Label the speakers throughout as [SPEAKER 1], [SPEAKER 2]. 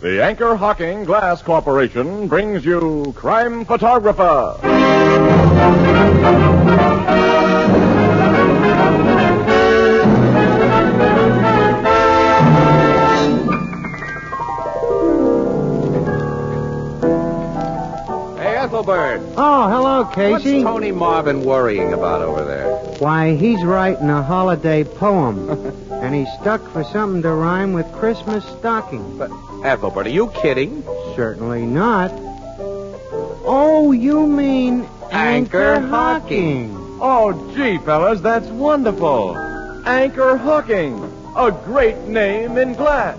[SPEAKER 1] The Anchor Hocking Glass Corporation brings you Crime Photographer.
[SPEAKER 2] Hey, Ethelbert.
[SPEAKER 3] Oh, hello,
[SPEAKER 2] What's
[SPEAKER 3] Casey.
[SPEAKER 2] Tony Marvin worrying about over there?
[SPEAKER 3] Why, he's writing a holiday poem. and he's stuck for something to rhyme with Christmas stocking.
[SPEAKER 2] But, Ethelbert, are you kidding?
[SPEAKER 3] Certainly not. Oh, you mean
[SPEAKER 2] Anchor
[SPEAKER 3] anchor,
[SPEAKER 2] hocking.
[SPEAKER 3] hocking.
[SPEAKER 1] Oh, gee, fellas, that's wonderful. Anchor Hocking, a great name in glass.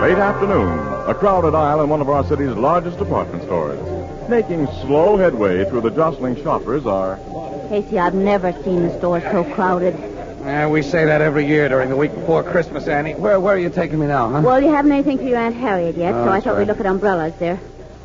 [SPEAKER 1] Late afternoon, a crowded aisle in one of our city's largest department stores. Making slow headway through the jostling shoppers are
[SPEAKER 4] Casey, I've never seen the store so crowded.
[SPEAKER 2] Yeah, we say that every year during the week before Christmas, Annie. Where, where are you taking me now, huh?
[SPEAKER 4] Well, you haven't anything for your Aunt Harriet yet,
[SPEAKER 2] Oh,
[SPEAKER 4] so I
[SPEAKER 2] that's
[SPEAKER 4] thought
[SPEAKER 2] right.
[SPEAKER 4] we'd look at umbrellas there.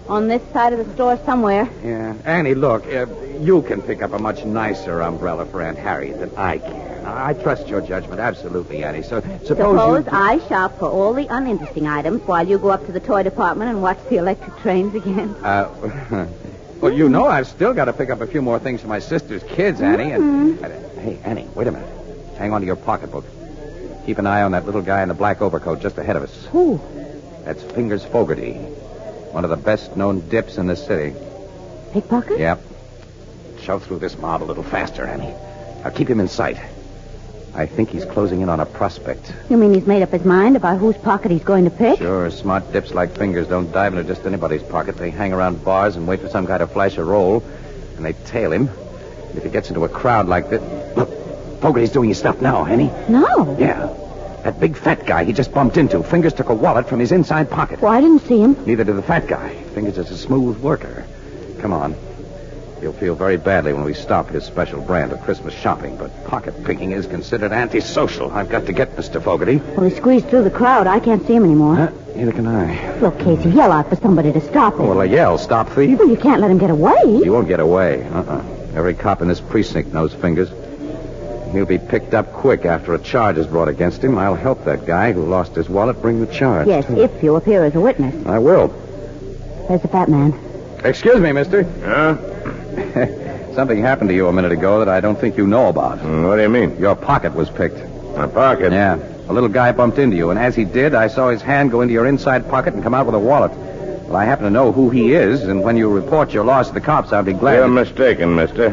[SPEAKER 4] On this side of the store somewhere.
[SPEAKER 2] Yeah. Annie, look, uh, you can pick up a much nicer umbrella for Aunt Harriet than I can. I I trust your judgment absolutely, Annie. So suppose,
[SPEAKER 4] Suppose
[SPEAKER 2] Oh, you...
[SPEAKER 4] I shop for all the uninteresting items while you go up to the toy department and watch the electric trains again.
[SPEAKER 2] Uh, well, you know I've still got to pick up a few more things for my sister's kids, Annie. And,
[SPEAKER 4] Mm-hmm.
[SPEAKER 2] and, uh, hey, Annie, wait a minute. Hang on to your pocketbook. Keep an eye on that little guy in the black overcoat just ahead of us.
[SPEAKER 4] Who?
[SPEAKER 2] That's Fingers Fogarty, one of the best-known dips in the city.
[SPEAKER 4] Pickpocket?
[SPEAKER 2] Yep. Shove through this mob a little faster, Annie. Now keep him in sight. I think he's closing in on a prospect.
[SPEAKER 4] You mean he's made up his mind about whose pocket he's going to pick?
[SPEAKER 2] Sure, smart dips like fingers don't dive into just anybody's pocket. They hang around bars and wait for some guy to flash a roll, and they tail him. And if he gets into a crowd like this. Look, Fogarty's doing his stuff now, Henny.
[SPEAKER 4] No.
[SPEAKER 2] Yeah. That big fat guy he just bumped into. Fingers took a wallet from his inside pocket.
[SPEAKER 4] Well, I didn't see him.
[SPEAKER 2] Neither did the fat guy. Fingers is a smooth worker. Come on. He'll feel very badly when we stop his special brand of Christmas shopping, but pocket picking is considered antisocial. I've got to get Mr. Fogarty.
[SPEAKER 4] Well, he squeezed through the crowd. I can't see him anymore.
[SPEAKER 2] Huh? Neither can I.
[SPEAKER 4] Look, Casey, yell out for somebody to stop him.
[SPEAKER 2] Oh, Well, a yell, stop thief.
[SPEAKER 4] Well, you can't let him get away.
[SPEAKER 2] He won't get away. Uh-uh. Every cop in this precinct knows fingers. He'll be picked up quick after a charge is brought against him. I'll help that guy who lost his wallet bring the charge.
[SPEAKER 4] Yes, if you appear as a witness.
[SPEAKER 2] I will.
[SPEAKER 4] There's the fat man.
[SPEAKER 2] Excuse me, mister.
[SPEAKER 1] Huh?
[SPEAKER 2] Something happened to you a minute ago that I don't think you know about.
[SPEAKER 1] What do you mean?
[SPEAKER 2] Your pocket was picked.
[SPEAKER 1] My pocket.
[SPEAKER 2] Yeah. A little guy bumped into you, and as he did, I saw his hand go into your inside pocket and come out with a wallet. Well, I happen to know who he is, and when you report your loss to the cops, I'll be glad.
[SPEAKER 5] You're
[SPEAKER 2] to-
[SPEAKER 5] mistaken, mister.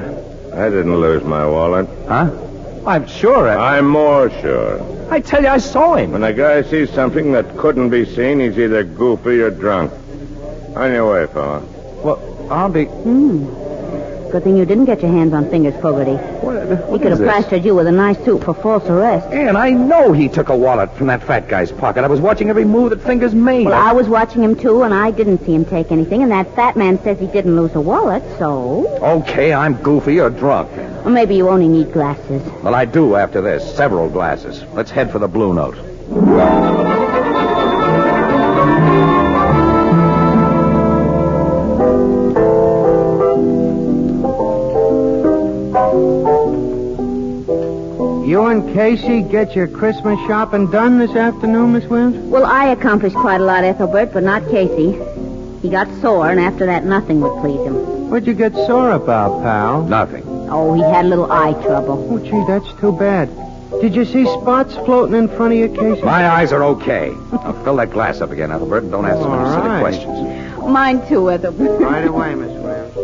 [SPEAKER 5] I didn't lose my wallet.
[SPEAKER 2] Huh? I'm sure. I...
[SPEAKER 5] I'm more sure.
[SPEAKER 2] I tell you, I saw him.
[SPEAKER 5] When a guy sees something that couldn't be seen, he's either goofy or drunk. On your way, fella.
[SPEAKER 2] Well, I'll be.
[SPEAKER 4] Hmm. Good thing you didn't get your hands on Fingers Fogarty.
[SPEAKER 2] What,
[SPEAKER 4] He could have plastered you with a nice suit for false arrest.
[SPEAKER 2] And I know he took a wallet from that fat guy's pocket. I was watching every move that Fingers made.
[SPEAKER 4] Well, I was watching him too, and I didn't see him take anything. And that fat man says he didn't lose a wallet, so
[SPEAKER 2] Okay, I'm goofy or drunk.
[SPEAKER 4] or maybe you only need glasses.
[SPEAKER 2] Well, I do after this. Several glasses. Let's head for the Blue Note.
[SPEAKER 3] You and Casey get your Christmas shopping done this afternoon, Miss Williams?
[SPEAKER 4] Well, I accomplished quite a lot, Ethelbert, but not Casey. He got sore, and after that, nothing would please him.
[SPEAKER 3] What'd you get sore about, pal?
[SPEAKER 2] Nothing.
[SPEAKER 4] Oh, he had a little eye trouble.
[SPEAKER 3] Oh, gee, that's too bad. Did you see spots floating in front of you, Casey?
[SPEAKER 2] My eyes are okay. Now fill that glass up again, Ethelbert, and don't ask so many
[SPEAKER 3] All
[SPEAKER 2] silly
[SPEAKER 3] right.
[SPEAKER 2] questions.
[SPEAKER 4] Mine too, Ethelbert.
[SPEAKER 3] Right away, Miss Williams.
[SPEAKER 2] Uh.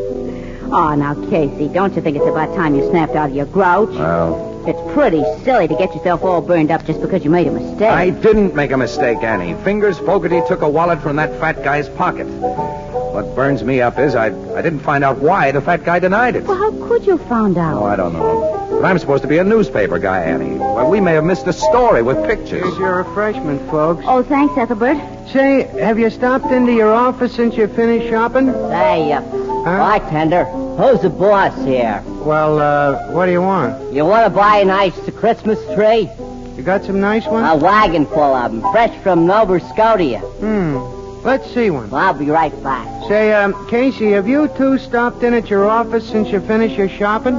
[SPEAKER 4] Oh, now Casey, don't you think it's about time you snapped out of your grouch?
[SPEAKER 2] Well,
[SPEAKER 6] It's pretty silly to get yourself all burned up just because you made a mistake.
[SPEAKER 2] I didn't make a mistake, Annie. Fingers Fogarty took a wallet from that fat guy's pocket. What burns me up is I, I didn't find out why the fat guy denied it.
[SPEAKER 6] Well, how could you find
[SPEAKER 2] Oh,
[SPEAKER 6] out?
[SPEAKER 2] I don't know. But I'm supposed to be a newspaper guy, Annie. Well, we may have missed a story with pictures.
[SPEAKER 3] Here's your refreshment, folks.
[SPEAKER 6] Oh, thanks, Ethelbert.
[SPEAKER 3] Say, have you stopped into your office since you finished shopping?
[SPEAKER 4] Hey, uh, bartender, who's the boss here?
[SPEAKER 3] Well, uh, what do you want?
[SPEAKER 4] You want to buy a nice Christmas tree?
[SPEAKER 3] You got some nice
[SPEAKER 4] A
[SPEAKER 3] ones?
[SPEAKER 4] wagon full of 'em, fresh from Nova Scotia.
[SPEAKER 3] Hmm. Let's see one.
[SPEAKER 4] Well, I'll be right back.
[SPEAKER 3] Say, um, Casey, have you two stopped in at your office since you finished your shopping?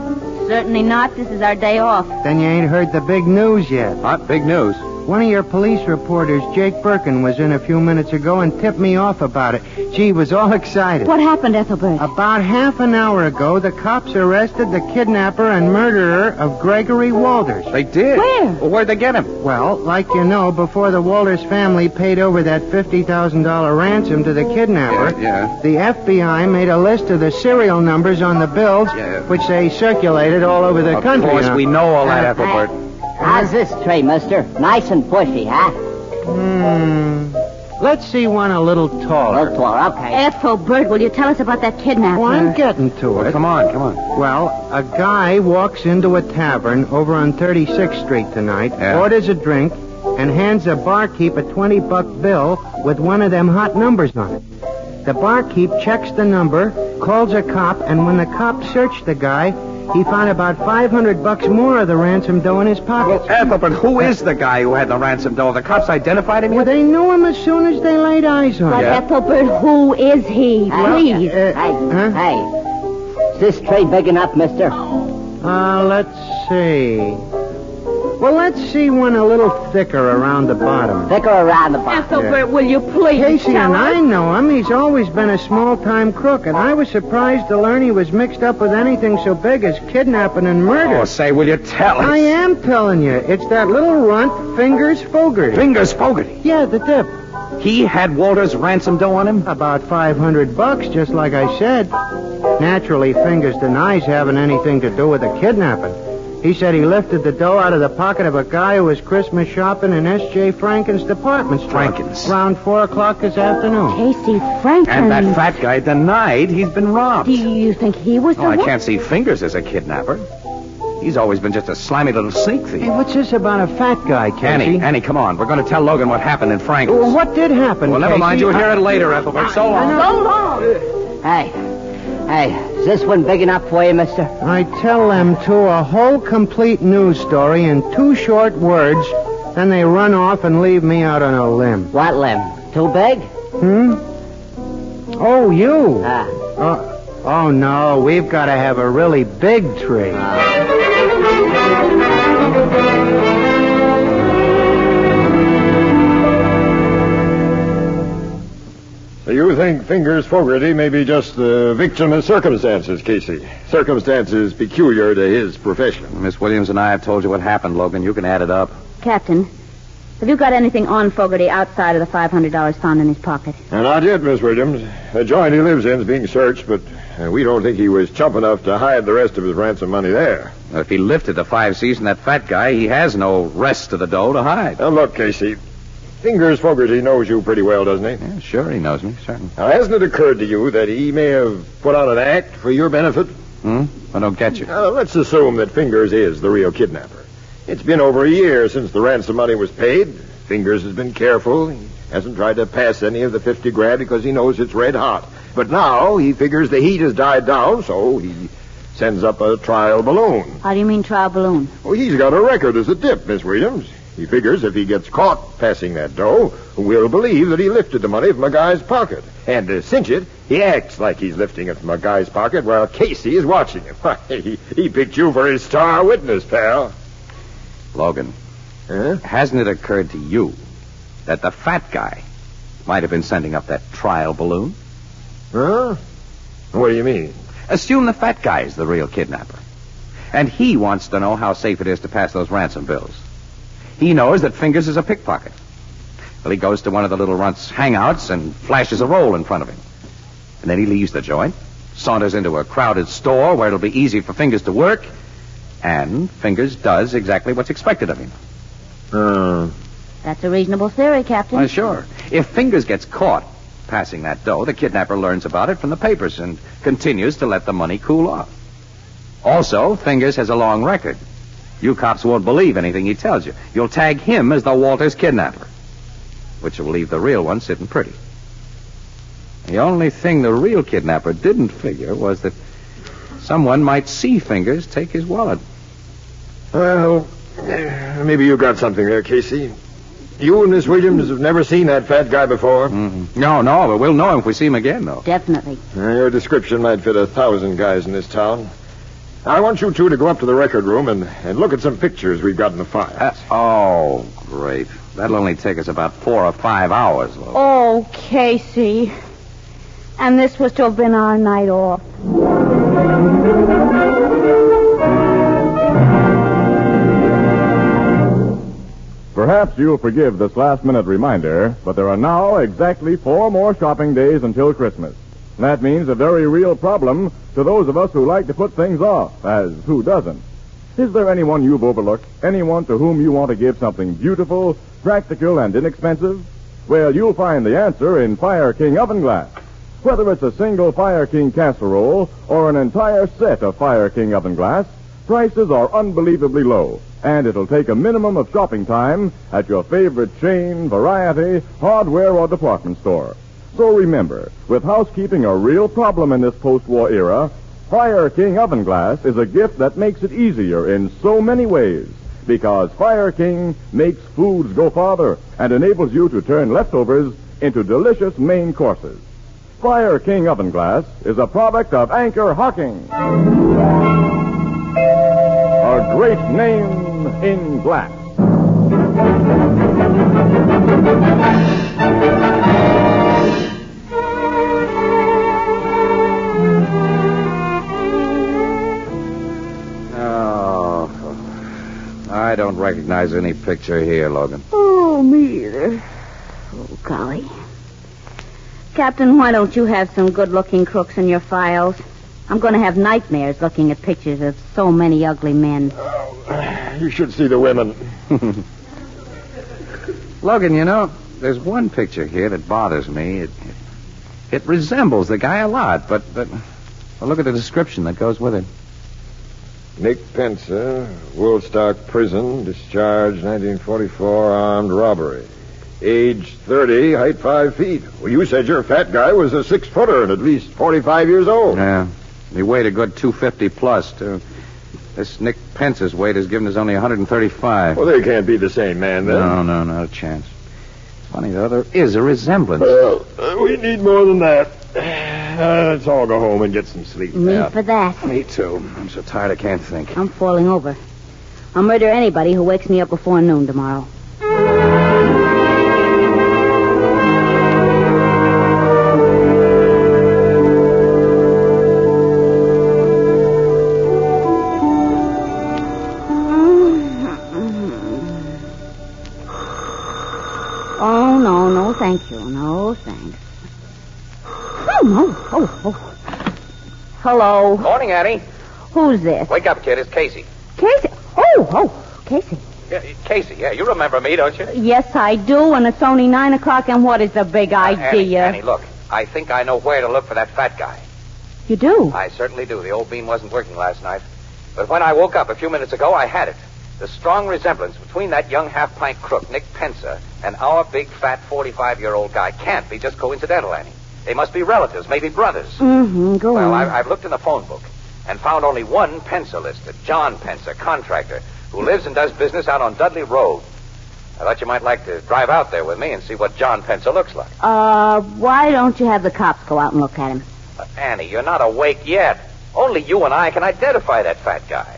[SPEAKER 6] Certainly not. This is our day off.
[SPEAKER 3] Then you ain't heard the big news yet.
[SPEAKER 2] Not big news.
[SPEAKER 3] One of your police reporters, Jake Birkin, was in a few minutes ago and tipped me off about it. She was all excited.
[SPEAKER 6] What happened, Ethelbert?
[SPEAKER 3] About half an hour ago, the cops arrested the kidnapper and murderer of Gregory Walters.
[SPEAKER 2] They did.
[SPEAKER 6] Where?
[SPEAKER 2] Well, where'd they get him?
[SPEAKER 3] Well, like you know, before the Walters family paid over that $50,000 ransom to the kidnapper,
[SPEAKER 2] yeah.
[SPEAKER 3] the FBI made a list of the serial numbers on the bills,
[SPEAKER 2] Yeah.
[SPEAKER 3] which they circulated all over the
[SPEAKER 2] of
[SPEAKER 3] country.
[SPEAKER 2] course,
[SPEAKER 3] you know.
[SPEAKER 2] we know all that,
[SPEAKER 3] Uh,
[SPEAKER 2] Ethelbert.
[SPEAKER 4] How's this tree, mister? Nice and bushy, huh?
[SPEAKER 3] Hmm. Let's see one a little taller.
[SPEAKER 4] Well, taller, Oh, okay.
[SPEAKER 6] Ethelbert, will you tell us about that kidnapper?
[SPEAKER 3] Well, I'm getting to
[SPEAKER 2] Well,
[SPEAKER 3] it.
[SPEAKER 2] come on, come on.
[SPEAKER 3] Well, a guy walks into a tavern over on 36th Street tonight,
[SPEAKER 2] Yeah.
[SPEAKER 3] orders a drink, and hands the barkeep a 20 buck bill with one of them hot numbers on it. The barkeep checks the number, calls a cop, and when the cop searched the guy, he found about 500 bucks more of the ransom dough in his pockets.
[SPEAKER 2] Well, Ethelbert, who is the guy who had the ransom dough? The cops identified him
[SPEAKER 3] Well,
[SPEAKER 2] yet?
[SPEAKER 3] they knew him as soon as they laid eyes on
[SPEAKER 6] But
[SPEAKER 3] him.
[SPEAKER 2] Yeah.
[SPEAKER 6] Ethelbert, who is he? Please.
[SPEAKER 3] uh,
[SPEAKER 4] Hey,
[SPEAKER 3] huh?
[SPEAKER 4] hey. Is this tree big enough, mister?
[SPEAKER 3] Uh, let's see. Well, let's see one a little thicker around the bottom.
[SPEAKER 4] Thicker around the box.
[SPEAKER 6] Ethelbert, will you please
[SPEAKER 3] Casey
[SPEAKER 6] tell
[SPEAKER 3] and
[SPEAKER 6] us?
[SPEAKER 3] I know him. He's always been a small-time crook, and I was surprised to learn he was mixed up with anything so big as kidnapping and murder.
[SPEAKER 2] Oh, say, will you tell us?
[SPEAKER 3] I am telling you, it's that little runt, Fingers Fogarty.
[SPEAKER 2] Fingers Fogarty.
[SPEAKER 3] yeah, the dip.
[SPEAKER 2] He had Walter's ransom dough on him?
[SPEAKER 3] About 500 bucks, just like I said. Naturally, Fingers denies having anything to do with the kidnapping. He said he lifted the dough out of the pocket of a guy who was Christmas shopping in S.J. Franken's department store.
[SPEAKER 2] Franken's.
[SPEAKER 3] Around 4 o'clock this afternoon.
[SPEAKER 6] Casey Franklin.
[SPEAKER 2] And
[SPEAKER 3] Mm.
[SPEAKER 2] that fat guy denied he's been robbed.
[SPEAKER 6] Do you think he was the
[SPEAKER 2] Oh, I
[SPEAKER 6] one?
[SPEAKER 2] can't see fingers as a kidnapper. He's always been just a slimy little sneak
[SPEAKER 3] Hey,
[SPEAKER 2] thief.
[SPEAKER 3] what's this about a fat guy, Casey?
[SPEAKER 2] Annie, Annie, come on. We're going to tell Logan what happened in Franklin's.
[SPEAKER 3] Well, what did happen?
[SPEAKER 2] Well, never
[SPEAKER 3] Casey?
[SPEAKER 2] mind. You'll hear it later, Ethelbert. So long.
[SPEAKER 4] Hey. Hey, is this one big enough for you, mister?
[SPEAKER 3] I tell them two a whole complete news story in two short words, then they run off and leave me out on a limb.
[SPEAKER 4] What limb? Too big?
[SPEAKER 3] Hmm? Oh, you?
[SPEAKER 4] Ah.
[SPEAKER 3] Uh, oh no, we've got to have a really big tree.
[SPEAKER 1] So you think Fingers Fogarty may be just the victim of circumstances, Casey? Circumstances peculiar to his profession.
[SPEAKER 2] Miss Williams and I have told you what happened, Logan. You can add it up.
[SPEAKER 6] Captain, have you got anything on Fogarty outside of the $500 found in his pocket?
[SPEAKER 1] And not yet, Miss Williams. A joint he lives in is being searched, but uh, we don't think he was chump enough to hide the rest of his ransom money there.
[SPEAKER 2] Now, If he lifted the five C's and that fat guy, he has no rest of the dough to hide.
[SPEAKER 1] Now, look, Casey. Fingers Fogarty knows you pretty well, doesn't he?
[SPEAKER 2] Yeah, sure, he knows me, certain.
[SPEAKER 1] Now, hasn't it occurred to you that he may have put on an act for your benefit?
[SPEAKER 2] Hmm? I don't get you.
[SPEAKER 1] Now, let's assume that Fingers is the real kidnapper. It's been over a year since the ransom money was paid. Fingers has been careful. He hasn't tried to pass any of the 50 grand because he knows it's red hot. But now he figures the heat has died down, so he sends up a trial balloon.
[SPEAKER 6] How do you mean trial balloon?
[SPEAKER 1] Well, he's got a record as a dip, Miss Williams. He figures if he gets caught passing that dough, we'll believe that he lifted the money from a guy's pocket. And to cinch it, he acts like he's lifting it from a guy's pocket while Casey is watching him. Why, he, he picked you for his star witness, pal.
[SPEAKER 2] Logan,
[SPEAKER 1] Huh?
[SPEAKER 2] hasn't it occurred to you that the fat guy might have been sending up that trial balloon?
[SPEAKER 1] Huh? What do you mean?
[SPEAKER 2] Assume the fat guy is the real kidnapper. And he wants to know how safe it is to pass those ransom bills. He knows that Fingers is a pickpocket. Well, he goes to one of the little runt's hangouts and flashes a roll in front of him. And then he leaves the joint, saunters into a crowded store where it'll be easy for Fingers to work, And Fingers does exactly what's expected of him.
[SPEAKER 7] Uh,
[SPEAKER 6] That's a reasonable theory, Captain.
[SPEAKER 2] Why, sure. If Fingers gets caught passing that dough, the kidnapper learns about it from the papers and continues to let the money cool off. Also, Fingers has a long record. You cops won't believe anything he tells you. You'll tag him as the Walters kidnapper, which will leave the real one sitting pretty. The only thing the real kidnapper didn't figure was that someone might see Fingers take his wallet.
[SPEAKER 7] well, eh, maybe you got something there, Casey. You and Miss Williams have never seen that fat guy before.
[SPEAKER 2] Mm-hmm. No, no, but we'll know him if we see him again, though.
[SPEAKER 6] Definitely.
[SPEAKER 7] Uh, your description might fit a thousand guys in this town. I want you two to go up to the record room and, and look at some pictures we've got in the file.
[SPEAKER 2] Uh, oh, great. That'll only take us about four or five hours, Lou.
[SPEAKER 6] Oh, Casey. And this was to have been our night off.
[SPEAKER 1] Perhaps you'll forgive this last minute reminder, but there are now exactly four more shopping days until Christmas. That means a very real problem to those of us who like to put things off, as who doesn't? Is there anyone you've overlooked? Anyone to whom you want to give something beautiful, practical, and inexpensive? Well, you'll find the answer in Fire King Oven Glass. Whether it's a single Fire King casserole or an entire set of Fire King Oven Glass, prices are unbelievably low, and it'll take a minimum of shopping time at your favorite chain, variety, hardware, or department store. So remember, with housekeeping a real problem in this post-war era, Fire King Oven Glass is a gift that makes it easier in so many ways. Because Fire King makes foods go farther and enables you to turn leftovers into delicious main courses. Fire King Oven Glass is a product of Anchor Hocking. A great name in glass.
[SPEAKER 2] Oh, I don't recognize any picture here, Logan.
[SPEAKER 6] Oh, me either. Oh, golly. Captain, why don't you have some good looking crooks in your files? I'm going to have nightmares looking at pictures of so many ugly men.
[SPEAKER 7] You should see the women.
[SPEAKER 2] Logan, you know, there's one picture here that bothers me. It, it, it resembles the guy a lot, but, but well, look at the description that goes with it.
[SPEAKER 7] Nick Pencer, Woolstock Prison, discharged 1944, armed robbery. Age 30, height 5 feet. Well, you said your fat guy was a six footer and at least 45 years old.
[SPEAKER 2] Yeah. He weighed a good 250 plus, too. This Nick Pence's weight is given as only 135.
[SPEAKER 7] Well, they can't be the same man then.
[SPEAKER 2] no, no, not a chance. Funny, though, there is a resemblance.
[SPEAKER 7] Well, uh, we need more than that. Uh, let's all go home and get some sleep.
[SPEAKER 6] Me for that.
[SPEAKER 2] Me too. I'm so tired I can't think.
[SPEAKER 6] I'm falling over. I'll murder anybody who wakes me up before noon tomorrow. Oh, no, no, thank you. No, thanks. Oh, no. Oh, oh. Hello.
[SPEAKER 2] Morning, Annie.
[SPEAKER 6] Who's this?
[SPEAKER 2] Wake up, kid. It's Casey.
[SPEAKER 6] Casey. Oh, oh, Casey.
[SPEAKER 2] Yeah, Casey, yeah, you remember me, don't you?
[SPEAKER 6] Yes, I do, and it's only nine o'clock, and what is the big
[SPEAKER 8] Annie,
[SPEAKER 6] idea?
[SPEAKER 8] Annie, look. I think I know where to look for that fat guy.
[SPEAKER 6] You do?
[SPEAKER 8] I certainly do. The old beam wasn't working last night. But when I woke up a few minutes ago, I had it. The strong resemblance between that young half pint crook, Nick Pencer, and our big fat 45 year old guy can't be just coincidental, Annie. They must be relatives, maybe brothers.
[SPEAKER 6] Mm-hmm. Go
[SPEAKER 8] Well,
[SPEAKER 6] on.
[SPEAKER 8] I've, I've looked in the phone book and found only one Pencer listed John Pencer, contractor, who lives and does business out on Dudley Road. I thought you might like to drive out there with me and see what John Pencer looks like.
[SPEAKER 6] Uh, why don't you have the cops go out and look at him?
[SPEAKER 8] Uh, Annie, you're not awake yet. Only you and I can identify that fat guy.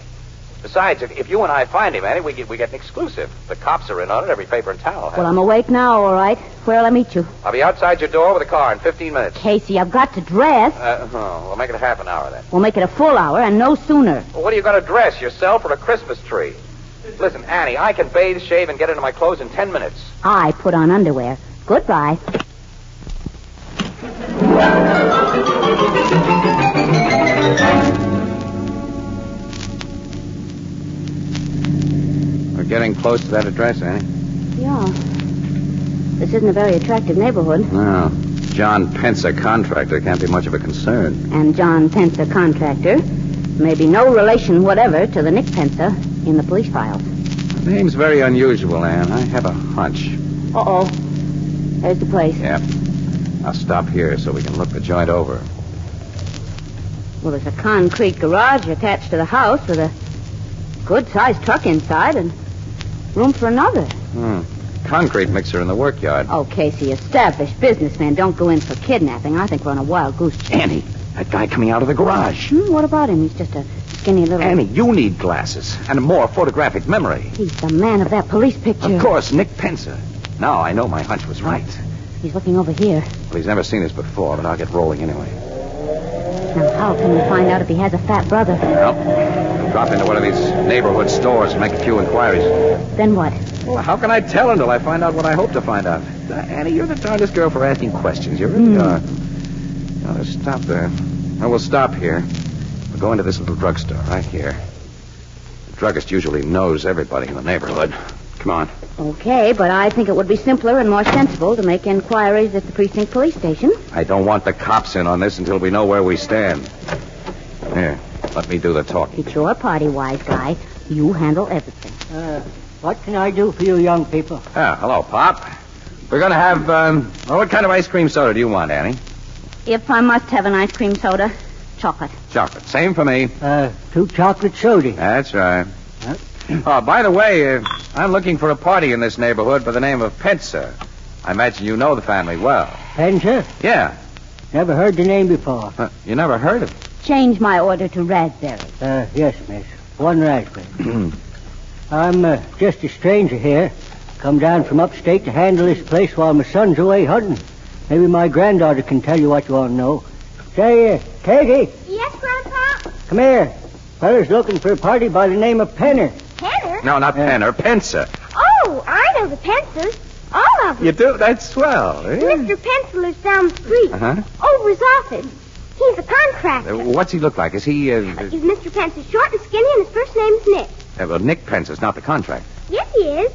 [SPEAKER 8] Besides, if, if you and I find him, Annie, we get, we get an exclusive. The cops are in on it, every paper in town will have
[SPEAKER 6] Well,
[SPEAKER 8] it.
[SPEAKER 6] I'm awake now, all right. Where'll I meet you?
[SPEAKER 8] I'll be outside your door with a car in 15 minutes.
[SPEAKER 6] Casey, I've got to dress.
[SPEAKER 8] Uh, oh, we'll make it a half an hour then.
[SPEAKER 6] We'll make it a full hour, and no sooner.
[SPEAKER 8] Well, what are you going to dress, yourself or a Christmas tree? Listen, Annie, I can bathe, shave, and get into my clothes in 10 minutes.
[SPEAKER 6] I put on underwear. Goodbye.
[SPEAKER 2] Getting close to that address, Annie.
[SPEAKER 6] Yeah. This isn't a very attractive neighborhood.
[SPEAKER 2] No. John Pensa, contractor, can't be much of a concern.
[SPEAKER 6] And John Pensa, contractor, may be no relation whatever to the Nick Pensa in the police files.
[SPEAKER 2] The name's very unusual, Anne. I have a hunch.
[SPEAKER 6] Uh-oh. There's the place.
[SPEAKER 2] Yep. I'll stop here so we can look the joint over.
[SPEAKER 6] Well, there's a concrete garage attached to the house with a good-sized truck inside and room for another.
[SPEAKER 2] Hmm. Concrete mixer in the workyard.
[SPEAKER 6] Oh, Casey, established businessmen don't go in for kidnapping. I think we're on a wild goose chase.
[SPEAKER 2] Annie, that guy coming out of the garage.
[SPEAKER 6] Hmm, what about him? He's just a skinny little...
[SPEAKER 2] Annie, you need glasses and a more photographic memory.
[SPEAKER 6] He's the man of that police picture.
[SPEAKER 2] Of course, Nick Pensa. Now I know my hunch was right.
[SPEAKER 6] He's looking over here.
[SPEAKER 2] Well, he's never seen us before, but I'll get rolling anyway.
[SPEAKER 6] Now, how can we find out if he has a fat brother?
[SPEAKER 2] Well, I'll drop into one of these neighborhood stores and make a few inquiries.
[SPEAKER 6] Then what?
[SPEAKER 2] Well, how can I tell until I find out what I hope to find out? Uh, Annie, you're the darndest girl for asking questions. You really are. Now, let's stop there. Now, we'll stop here. We'll go into this little drugstore right here. The druggist usually knows everybody in the neighborhood. Come on.
[SPEAKER 6] Okay, but I think it would be simpler and more sensible to make inquiries at the precinct police station.
[SPEAKER 2] I don't want the cops in on this until we know where we stand. Here, let me do the talking.
[SPEAKER 6] It's your party, wise guy. You handle everything.
[SPEAKER 4] Uh, what can I do for you young people?
[SPEAKER 2] Ah, hello, Pop. We're going to have, um, well, what kind of ice cream soda do you want, Annie?
[SPEAKER 6] If I must have an ice cream soda, chocolate.
[SPEAKER 2] Chocolate. Same for me.
[SPEAKER 4] Uh, two chocolate soda.
[SPEAKER 2] That's right.
[SPEAKER 4] Huh?
[SPEAKER 2] Oh, by the way, uh, I'm looking for a party in this neighborhood by the name of Penser. I imagine you know the family well.
[SPEAKER 4] Penser?
[SPEAKER 2] Yeah.
[SPEAKER 4] Never heard the name before.
[SPEAKER 2] Huh, You never heard of
[SPEAKER 6] Change my order to raspberry.
[SPEAKER 4] Uh, yes, miss. One raspberry.
[SPEAKER 2] it.
[SPEAKER 4] I'm uh, just a stranger here. Come down from upstate to handle this place while my son's away hunting. Maybe my granddaughter can tell you what you want to know. Say, uh, Peggy,
[SPEAKER 9] Yes, Grandpa?
[SPEAKER 4] come here. Fella's looking for a party by the name of Penner.
[SPEAKER 9] Heather?
[SPEAKER 2] no, not
[SPEAKER 4] Yeah.
[SPEAKER 2] Penner, Penser.
[SPEAKER 9] Oh, I know the Pencils. All of them.
[SPEAKER 2] You do? That's swell. eh?
[SPEAKER 9] Mr. Pencil is down the street.
[SPEAKER 2] Uh-huh.
[SPEAKER 9] Over his office. He's a contractor.
[SPEAKER 2] Uh, What's he look like? Is he, uh,
[SPEAKER 9] He's Mr. Pencil, short and skinny, and his first name's Nick.
[SPEAKER 2] uh, well, Nick Penser's not the contract.
[SPEAKER 9] Yes, he is.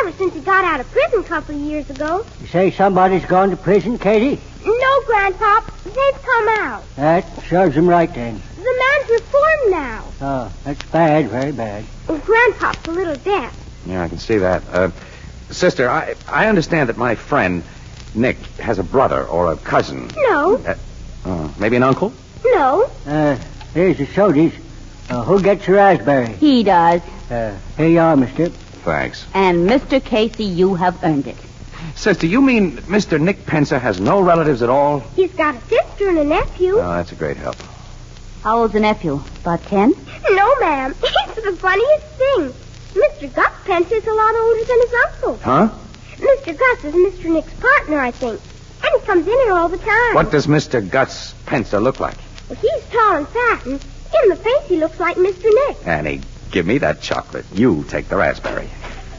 [SPEAKER 9] Ever since he got out of prison a couple of years ago.
[SPEAKER 4] You say somebody's gone to prison, Katie?
[SPEAKER 9] No, Grandpa. They've come out.
[SPEAKER 4] That serves him right then.
[SPEAKER 9] The man's reformed now.
[SPEAKER 4] Oh, that's bad, very bad.
[SPEAKER 9] Well, Grandpa's a little deaf.
[SPEAKER 2] Yeah, I can see that. Uh, sister, I, I understand that my friend, Nick, has a brother or a cousin.
[SPEAKER 9] No,
[SPEAKER 2] Uh, oh, maybe an uncle?
[SPEAKER 9] no.
[SPEAKER 4] Uh, here's the sodas. Uh, who gets your raspberry?
[SPEAKER 6] He does.
[SPEAKER 4] Uh, here you are, mister.
[SPEAKER 2] Thanks.
[SPEAKER 6] And, Mr. Casey, you have earned it.
[SPEAKER 2] Sister, you mean that Mr. Nick Penser has no relatives at all?
[SPEAKER 9] He's got a sister and a nephew.
[SPEAKER 2] Oh, that's a great help.
[SPEAKER 6] How old's the nephew? About ten?
[SPEAKER 9] No, ma'am. It's the funniest thing. Mr. Gus Pencil's a lot older than his uncle.
[SPEAKER 2] Huh?
[SPEAKER 9] Mr. Gus is Mr. Nick's partner, I think. And he comes in here all the time.
[SPEAKER 2] What does Mr. Gus Penser look like?
[SPEAKER 9] Well, he's tall and fat, and in the face he looks like Mr. Nick.
[SPEAKER 2] Annie, give me that chocolate. You take the raspberry.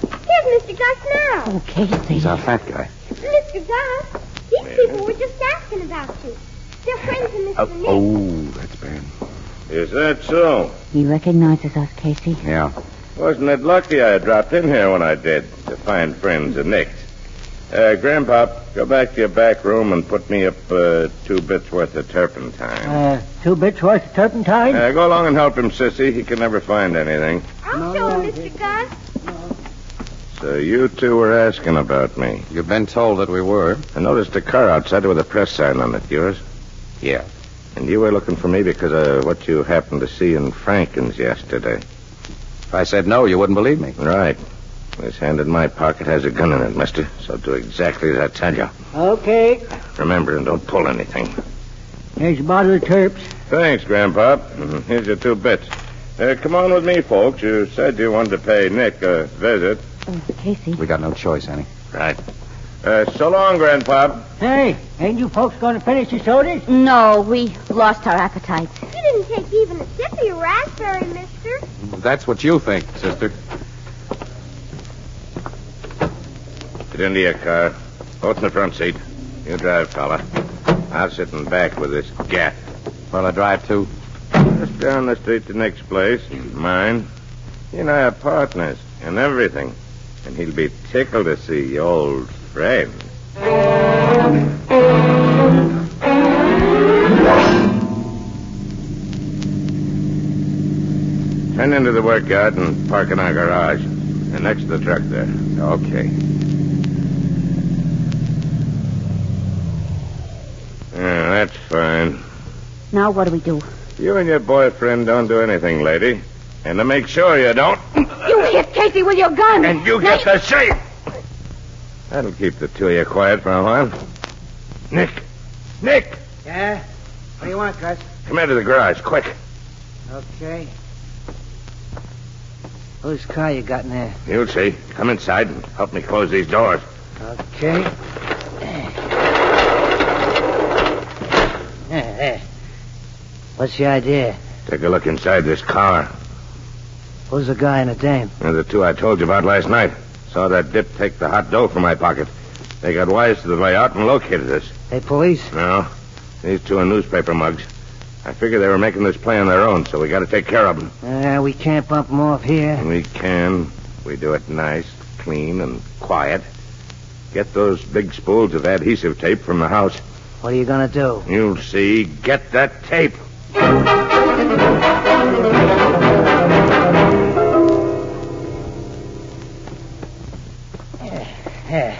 [SPEAKER 9] Here's Mr. Gus now.
[SPEAKER 6] Oh, Casey.
[SPEAKER 2] He's our fat guy.
[SPEAKER 9] Mr. Gus, these people were just asking about you. They're friends of Mr.
[SPEAKER 2] Oh,
[SPEAKER 9] Nick.
[SPEAKER 2] oh, that's bad.
[SPEAKER 7] Is that so?
[SPEAKER 6] He recognizes us, Casey.
[SPEAKER 2] Yeah.
[SPEAKER 7] Wasn't it lucky I dropped in here when I did to find friends of Nick's? Uh, Grandpop, go back to your back room and put me up uh, two bits worth of turpentine.
[SPEAKER 4] Uh, two bits worth of turpentine?
[SPEAKER 7] Uh, go along and help him, sissy. He can never find anything.
[SPEAKER 9] I'll
[SPEAKER 4] No,
[SPEAKER 9] show
[SPEAKER 4] no,
[SPEAKER 9] him, Mr. Gus.
[SPEAKER 7] So you two were asking about me.
[SPEAKER 2] You've been told that we were.
[SPEAKER 7] I noticed a car outside with a press sign on it, yours.
[SPEAKER 2] Yeah.
[SPEAKER 7] And you were looking for me because of what you happened to see in Franken's yesterday.
[SPEAKER 2] If I said no, you wouldn't believe me.
[SPEAKER 7] Right. This hand in my pocket has a gun in it, mister. So do exactly as I tell you.
[SPEAKER 4] Okay.
[SPEAKER 7] Remember, and don't pull anything.
[SPEAKER 4] Here's a bottle of turps.
[SPEAKER 7] Thanks, Grandpa. Mhm. Here's your two bits. Uh, come on with me, folks. You said you wanted to pay Nick a visit.
[SPEAKER 6] Oh, Casey.
[SPEAKER 2] We got no choice, Annie.
[SPEAKER 7] Right. Uh, so long, Grandpa.
[SPEAKER 4] Hey, ain't you folks going to finish your sodas?
[SPEAKER 6] No, we lost our appetites.
[SPEAKER 9] You didn't take even a sip of your raspberry, mister.
[SPEAKER 2] That's what you think, sister.
[SPEAKER 7] Get into your car. Both in the front seat. You drive, fella. I'll sit in back with this gat.
[SPEAKER 2] Well, I drive too.
[SPEAKER 7] Just down the street to Nick's place. Mine. You and I are partners. and everything. And he'll be tickled to see your old friend. Turn into the workyard and park in our garage. And next to the truck there. Okay. Yeah, that's fine.
[SPEAKER 6] Now what do we do?
[SPEAKER 7] You and your boyfriend don't do anything, lady. And to make sure you don't,
[SPEAKER 6] You hit Casey with your gun.
[SPEAKER 7] and you get the shape. That'll keep the two of you quiet for a while. Nick! Nick!
[SPEAKER 4] Yeah? What do you want, Gus?
[SPEAKER 7] Come into the garage, quick.
[SPEAKER 4] Okay. Whose car you got in there?
[SPEAKER 7] You'll see. Come inside and help me close these doors.
[SPEAKER 4] Okay. There, there. Eh, What's the idea?
[SPEAKER 7] Take a look inside this car.
[SPEAKER 4] Who's the guy and the dame?
[SPEAKER 7] They're the two I told you about last night. Saw that dip take the hot dough from my pocket. They got wise to the layout and located us.
[SPEAKER 4] They police?
[SPEAKER 7] No, these two are newspaper mugs. I figure they were making this play on their own, so we got to take care of them.
[SPEAKER 4] Uh, we can't bump them off here.
[SPEAKER 7] We can. We do it nice, clean, and quiet. Get those big spools of adhesive tape from the house.
[SPEAKER 4] What are you gonna do?
[SPEAKER 7] You'll see. Get that tape.
[SPEAKER 4] Yeah.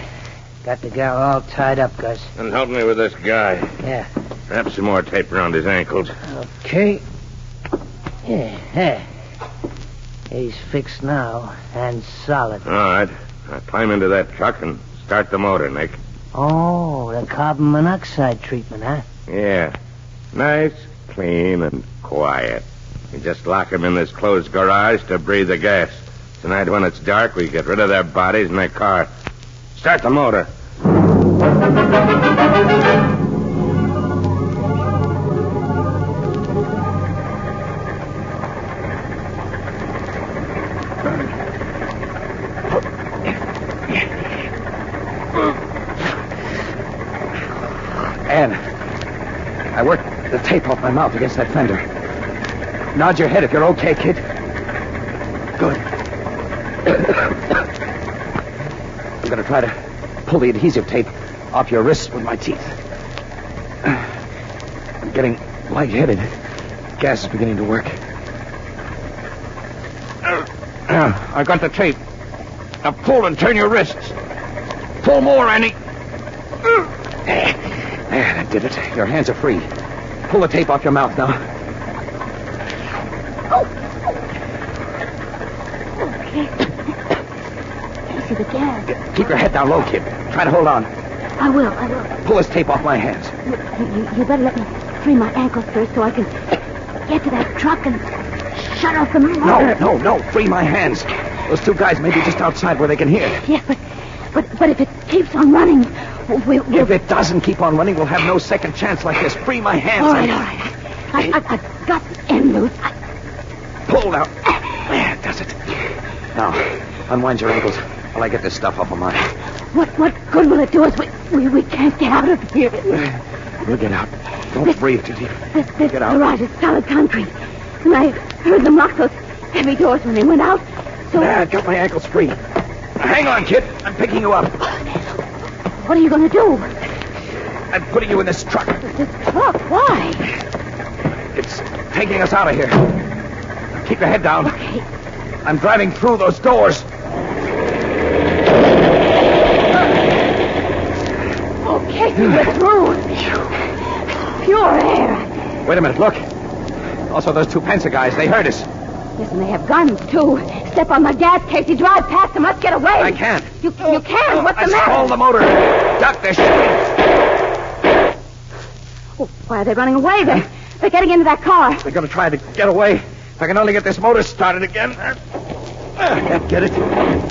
[SPEAKER 4] Got the gal all tied up, Gus.
[SPEAKER 7] And help me with this guy.
[SPEAKER 4] Yeah.
[SPEAKER 7] Wrap some more tape around his ankles.
[SPEAKER 4] Okay. Yeah, yeah. He's fixed now and solid.
[SPEAKER 7] All right. Now climb into that truck and start the motor, Nick.
[SPEAKER 4] Oh, the carbon monoxide treatment, huh?
[SPEAKER 7] Yeah. Nice, clean, and quiet. We just lock 'em in this closed garage to breathe the gas. Tonight, when it's dark, we get rid of their bodies and their car. Start the motor.
[SPEAKER 2] Ann, I worked the tape off my mouth against that fender. Nod your head if you're okay, kid. Good. I'm going to try to pull the adhesive tape off your wrists with my teeth. I'm getting lightheaded. Gas is beginning to work.
[SPEAKER 7] Ah, I got the tape. Now pull and turn your wrists. Pull more, Annie.
[SPEAKER 2] There, that did it. Your hands are free. Pull the tape off your mouth now.
[SPEAKER 6] Casey, the gas.
[SPEAKER 2] Keep your head down low, kid. Try to hold on.
[SPEAKER 6] I will, I will.
[SPEAKER 2] Pull this tape off my hands.
[SPEAKER 6] You, you, you better let me free my ankles first so I can get to that truck and shut off the motor.
[SPEAKER 2] No, no, no. Free my hands. Those two guys may be just outside where they can hear.
[SPEAKER 6] Yeah, but, but, but if it keeps on running, we, we'll...
[SPEAKER 2] If it doesn't keep on running, we'll have no second chance like this. Free my hands.
[SPEAKER 6] all right, all right. I, I, I've got the end loose. I,
[SPEAKER 2] Pull now. There, does it. Now, unwind your ankles while I get this stuff off of mine.
[SPEAKER 6] what, what good will it do us? We, we, we can't get out of here.
[SPEAKER 2] We'll get out. Don't breathe too deep.
[SPEAKER 6] This, this
[SPEAKER 2] Get out.
[SPEAKER 6] garage is solid concrete. And I heard them lock those heavy doors when they went out. So
[SPEAKER 2] There, I've got my ankles free. Hang on, kid. I'm picking you up.
[SPEAKER 6] what are you going to do?
[SPEAKER 2] I'm putting you in this truck.
[SPEAKER 6] This truck, why?
[SPEAKER 2] It's taking us out of here. Keep your head down.
[SPEAKER 6] Okay.
[SPEAKER 2] I'm driving through those doors. Oh,
[SPEAKER 6] Okay, we're through. Pure air.
[SPEAKER 2] Wait a minute, look. Also, those two Panzer guys, they heard us.
[SPEAKER 6] Listen, they have guns, too. Step on the gas, Casey. Drive past them. Let's get away.
[SPEAKER 2] I can't.
[SPEAKER 6] You, you can't. What's
[SPEAKER 2] I
[SPEAKER 6] the matter?
[SPEAKER 2] stalled the motor. Duck, they're shooting.
[SPEAKER 6] Oh, why are they running away? They're, they're getting into that car.
[SPEAKER 2] They're going to try to get away. If I can only get this motor started again. Uh, uh, Get it?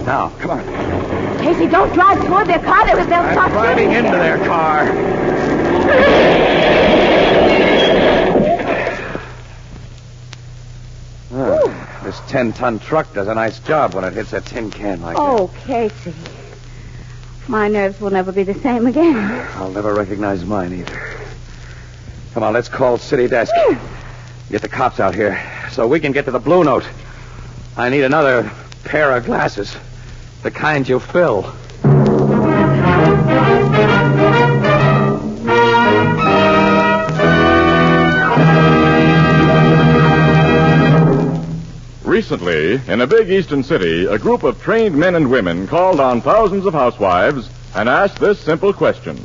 [SPEAKER 2] Now, come on.
[SPEAKER 6] Casey, don't drive toward their car. They'll, they'll
[SPEAKER 2] I'm
[SPEAKER 6] start
[SPEAKER 2] driving into their car. Ah, This 10 ton truck does a nice job when it hits a tin can like
[SPEAKER 6] Oh, Casey. My nerves will never be the same again.
[SPEAKER 2] that. I'll never recognize mine either. Come on, let's call City Desk. Get the cops out here so we can get to the Blue Note. I need another pair of glasses. The kind you fill.
[SPEAKER 1] Recently, in a big eastern city, a group of trained men and women called on thousands of housewives and asked this simple question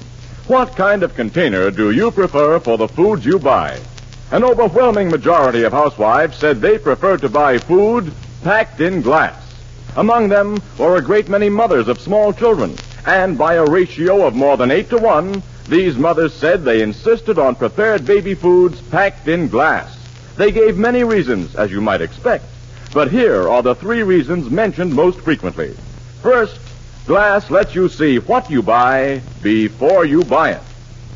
[SPEAKER 1] What kind of container do you prefer for the food you buy? An overwhelming majority of housewives said they preferred to buy food packed in glass. Among them were a great many mothers of small children, and by a ratio of more than eight to one, these mothers said they insisted on prepared baby foods packed in glass. They gave many reasons, as you might expect. But here are the three reasons mentioned most frequently. First, glass lets you see what you buy before you buy it.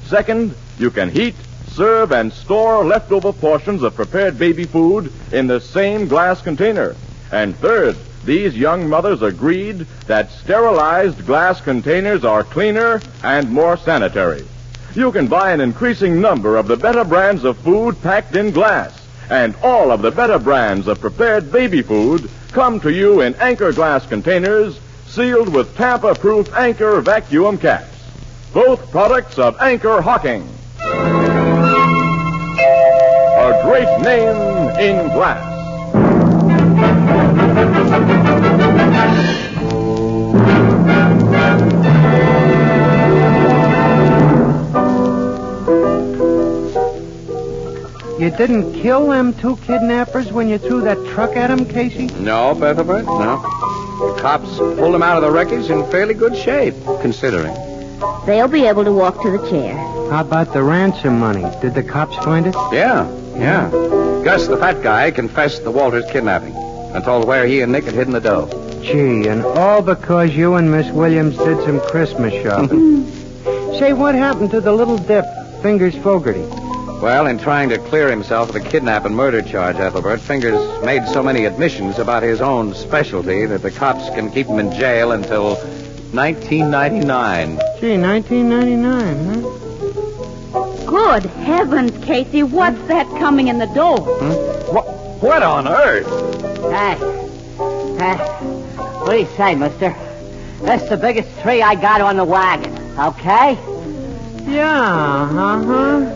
[SPEAKER 1] Second, you can heat, serve, and store leftover portions of prepared baby food in the same glass container. And third, these young mothers agreed that sterilized glass containers are cleaner and more sanitary. You can buy an increasing number of the better brands of food packed in glass, and all of the better brands of prepared baby food come to you in anchor glass containers sealed with Tampa proof anchor vacuum caps. Both products of Anchor Hawking. A great name in glass.
[SPEAKER 3] You didn't kill them two kidnappers when you threw that truck at them, Casey?
[SPEAKER 2] No, Bethelbert, no. The cops pulled him out of the wreckage in fairly good shape, considering.
[SPEAKER 6] They'll be able to walk to the chair.
[SPEAKER 3] How about the ransom money? Did the cops find it?
[SPEAKER 2] Yeah, yeah. Gus, the fat guy, confessed the Walters kidnapping and told where he and Nick had hidden the dough.
[SPEAKER 3] Gee, and all because you and Miss Williams did some Christmas shopping. Say, what happened to the little dip, Fingers Fogarty?
[SPEAKER 2] Well, in trying to clear himself of the kidnap and murder charge, Ethelbert, Fingers made so many admissions about his own specialty that the cops can keep him in jail until 1999.
[SPEAKER 3] Gee, 1999, huh?
[SPEAKER 6] Good heavens, Casey, what's that coming in the door?
[SPEAKER 2] Hmm? What, what on earth?
[SPEAKER 10] Ah, ah, what do you say, mister? That's the biggest tree I got on the wagon, okay?
[SPEAKER 3] Yeah, uh-huh.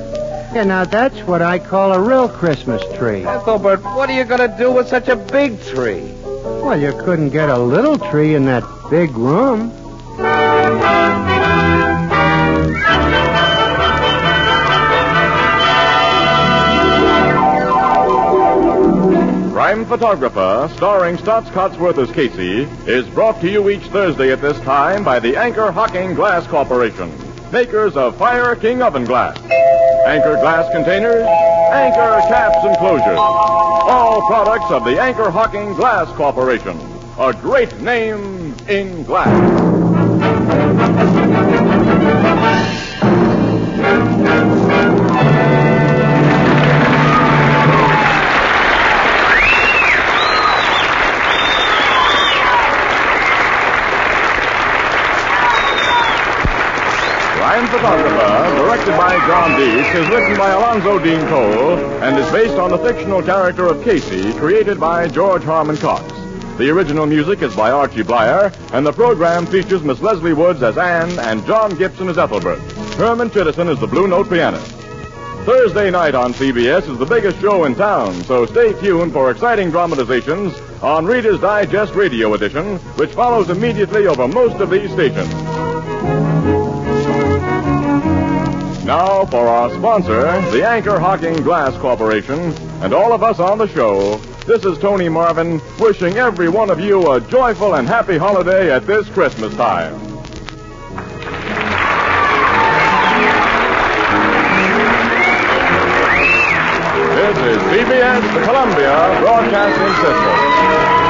[SPEAKER 3] Yeah, now that's what I call a real Christmas tree.
[SPEAKER 2] Ethelbert, what are you going to do with such a big tree?
[SPEAKER 3] Well, you couldn't get a little tree in that big room.
[SPEAKER 1] Crime Photographer, starring Stotts Cotsworth as Casey, is brought to you each Thursday at this time by the Anchor Hocking Glass Corporation, makers of Fire King Oven Glass, Anchor Glass Containers, Anchor Caps and Closures, all products of the Anchor Hocking Glass Corporation, a great name in glass. Crime Photographer, directed by John Deese, is written by Alonzo Dean Cole and is based on the fictional character of Casey, created by George Harmon Cox. The original music is by Archie Blyer, and the program features Miss Leslie Woods as Anne and John Gibson as Ethelbert. Herman Chittison is the Blue Note pianist. Thursday night on CBS is the biggest show in town, so stay tuned for exciting dramatizations on Reader's Digest Radio Edition, which follows immediately over most of these stations. Now for our sponsor, the Anchor Hocking Glass Corporation, and all of us on the show. This is Tony Marvin wishing every one of you a joyful and happy holiday at this Christmas time. This is CBS, the Columbia Broadcasting System.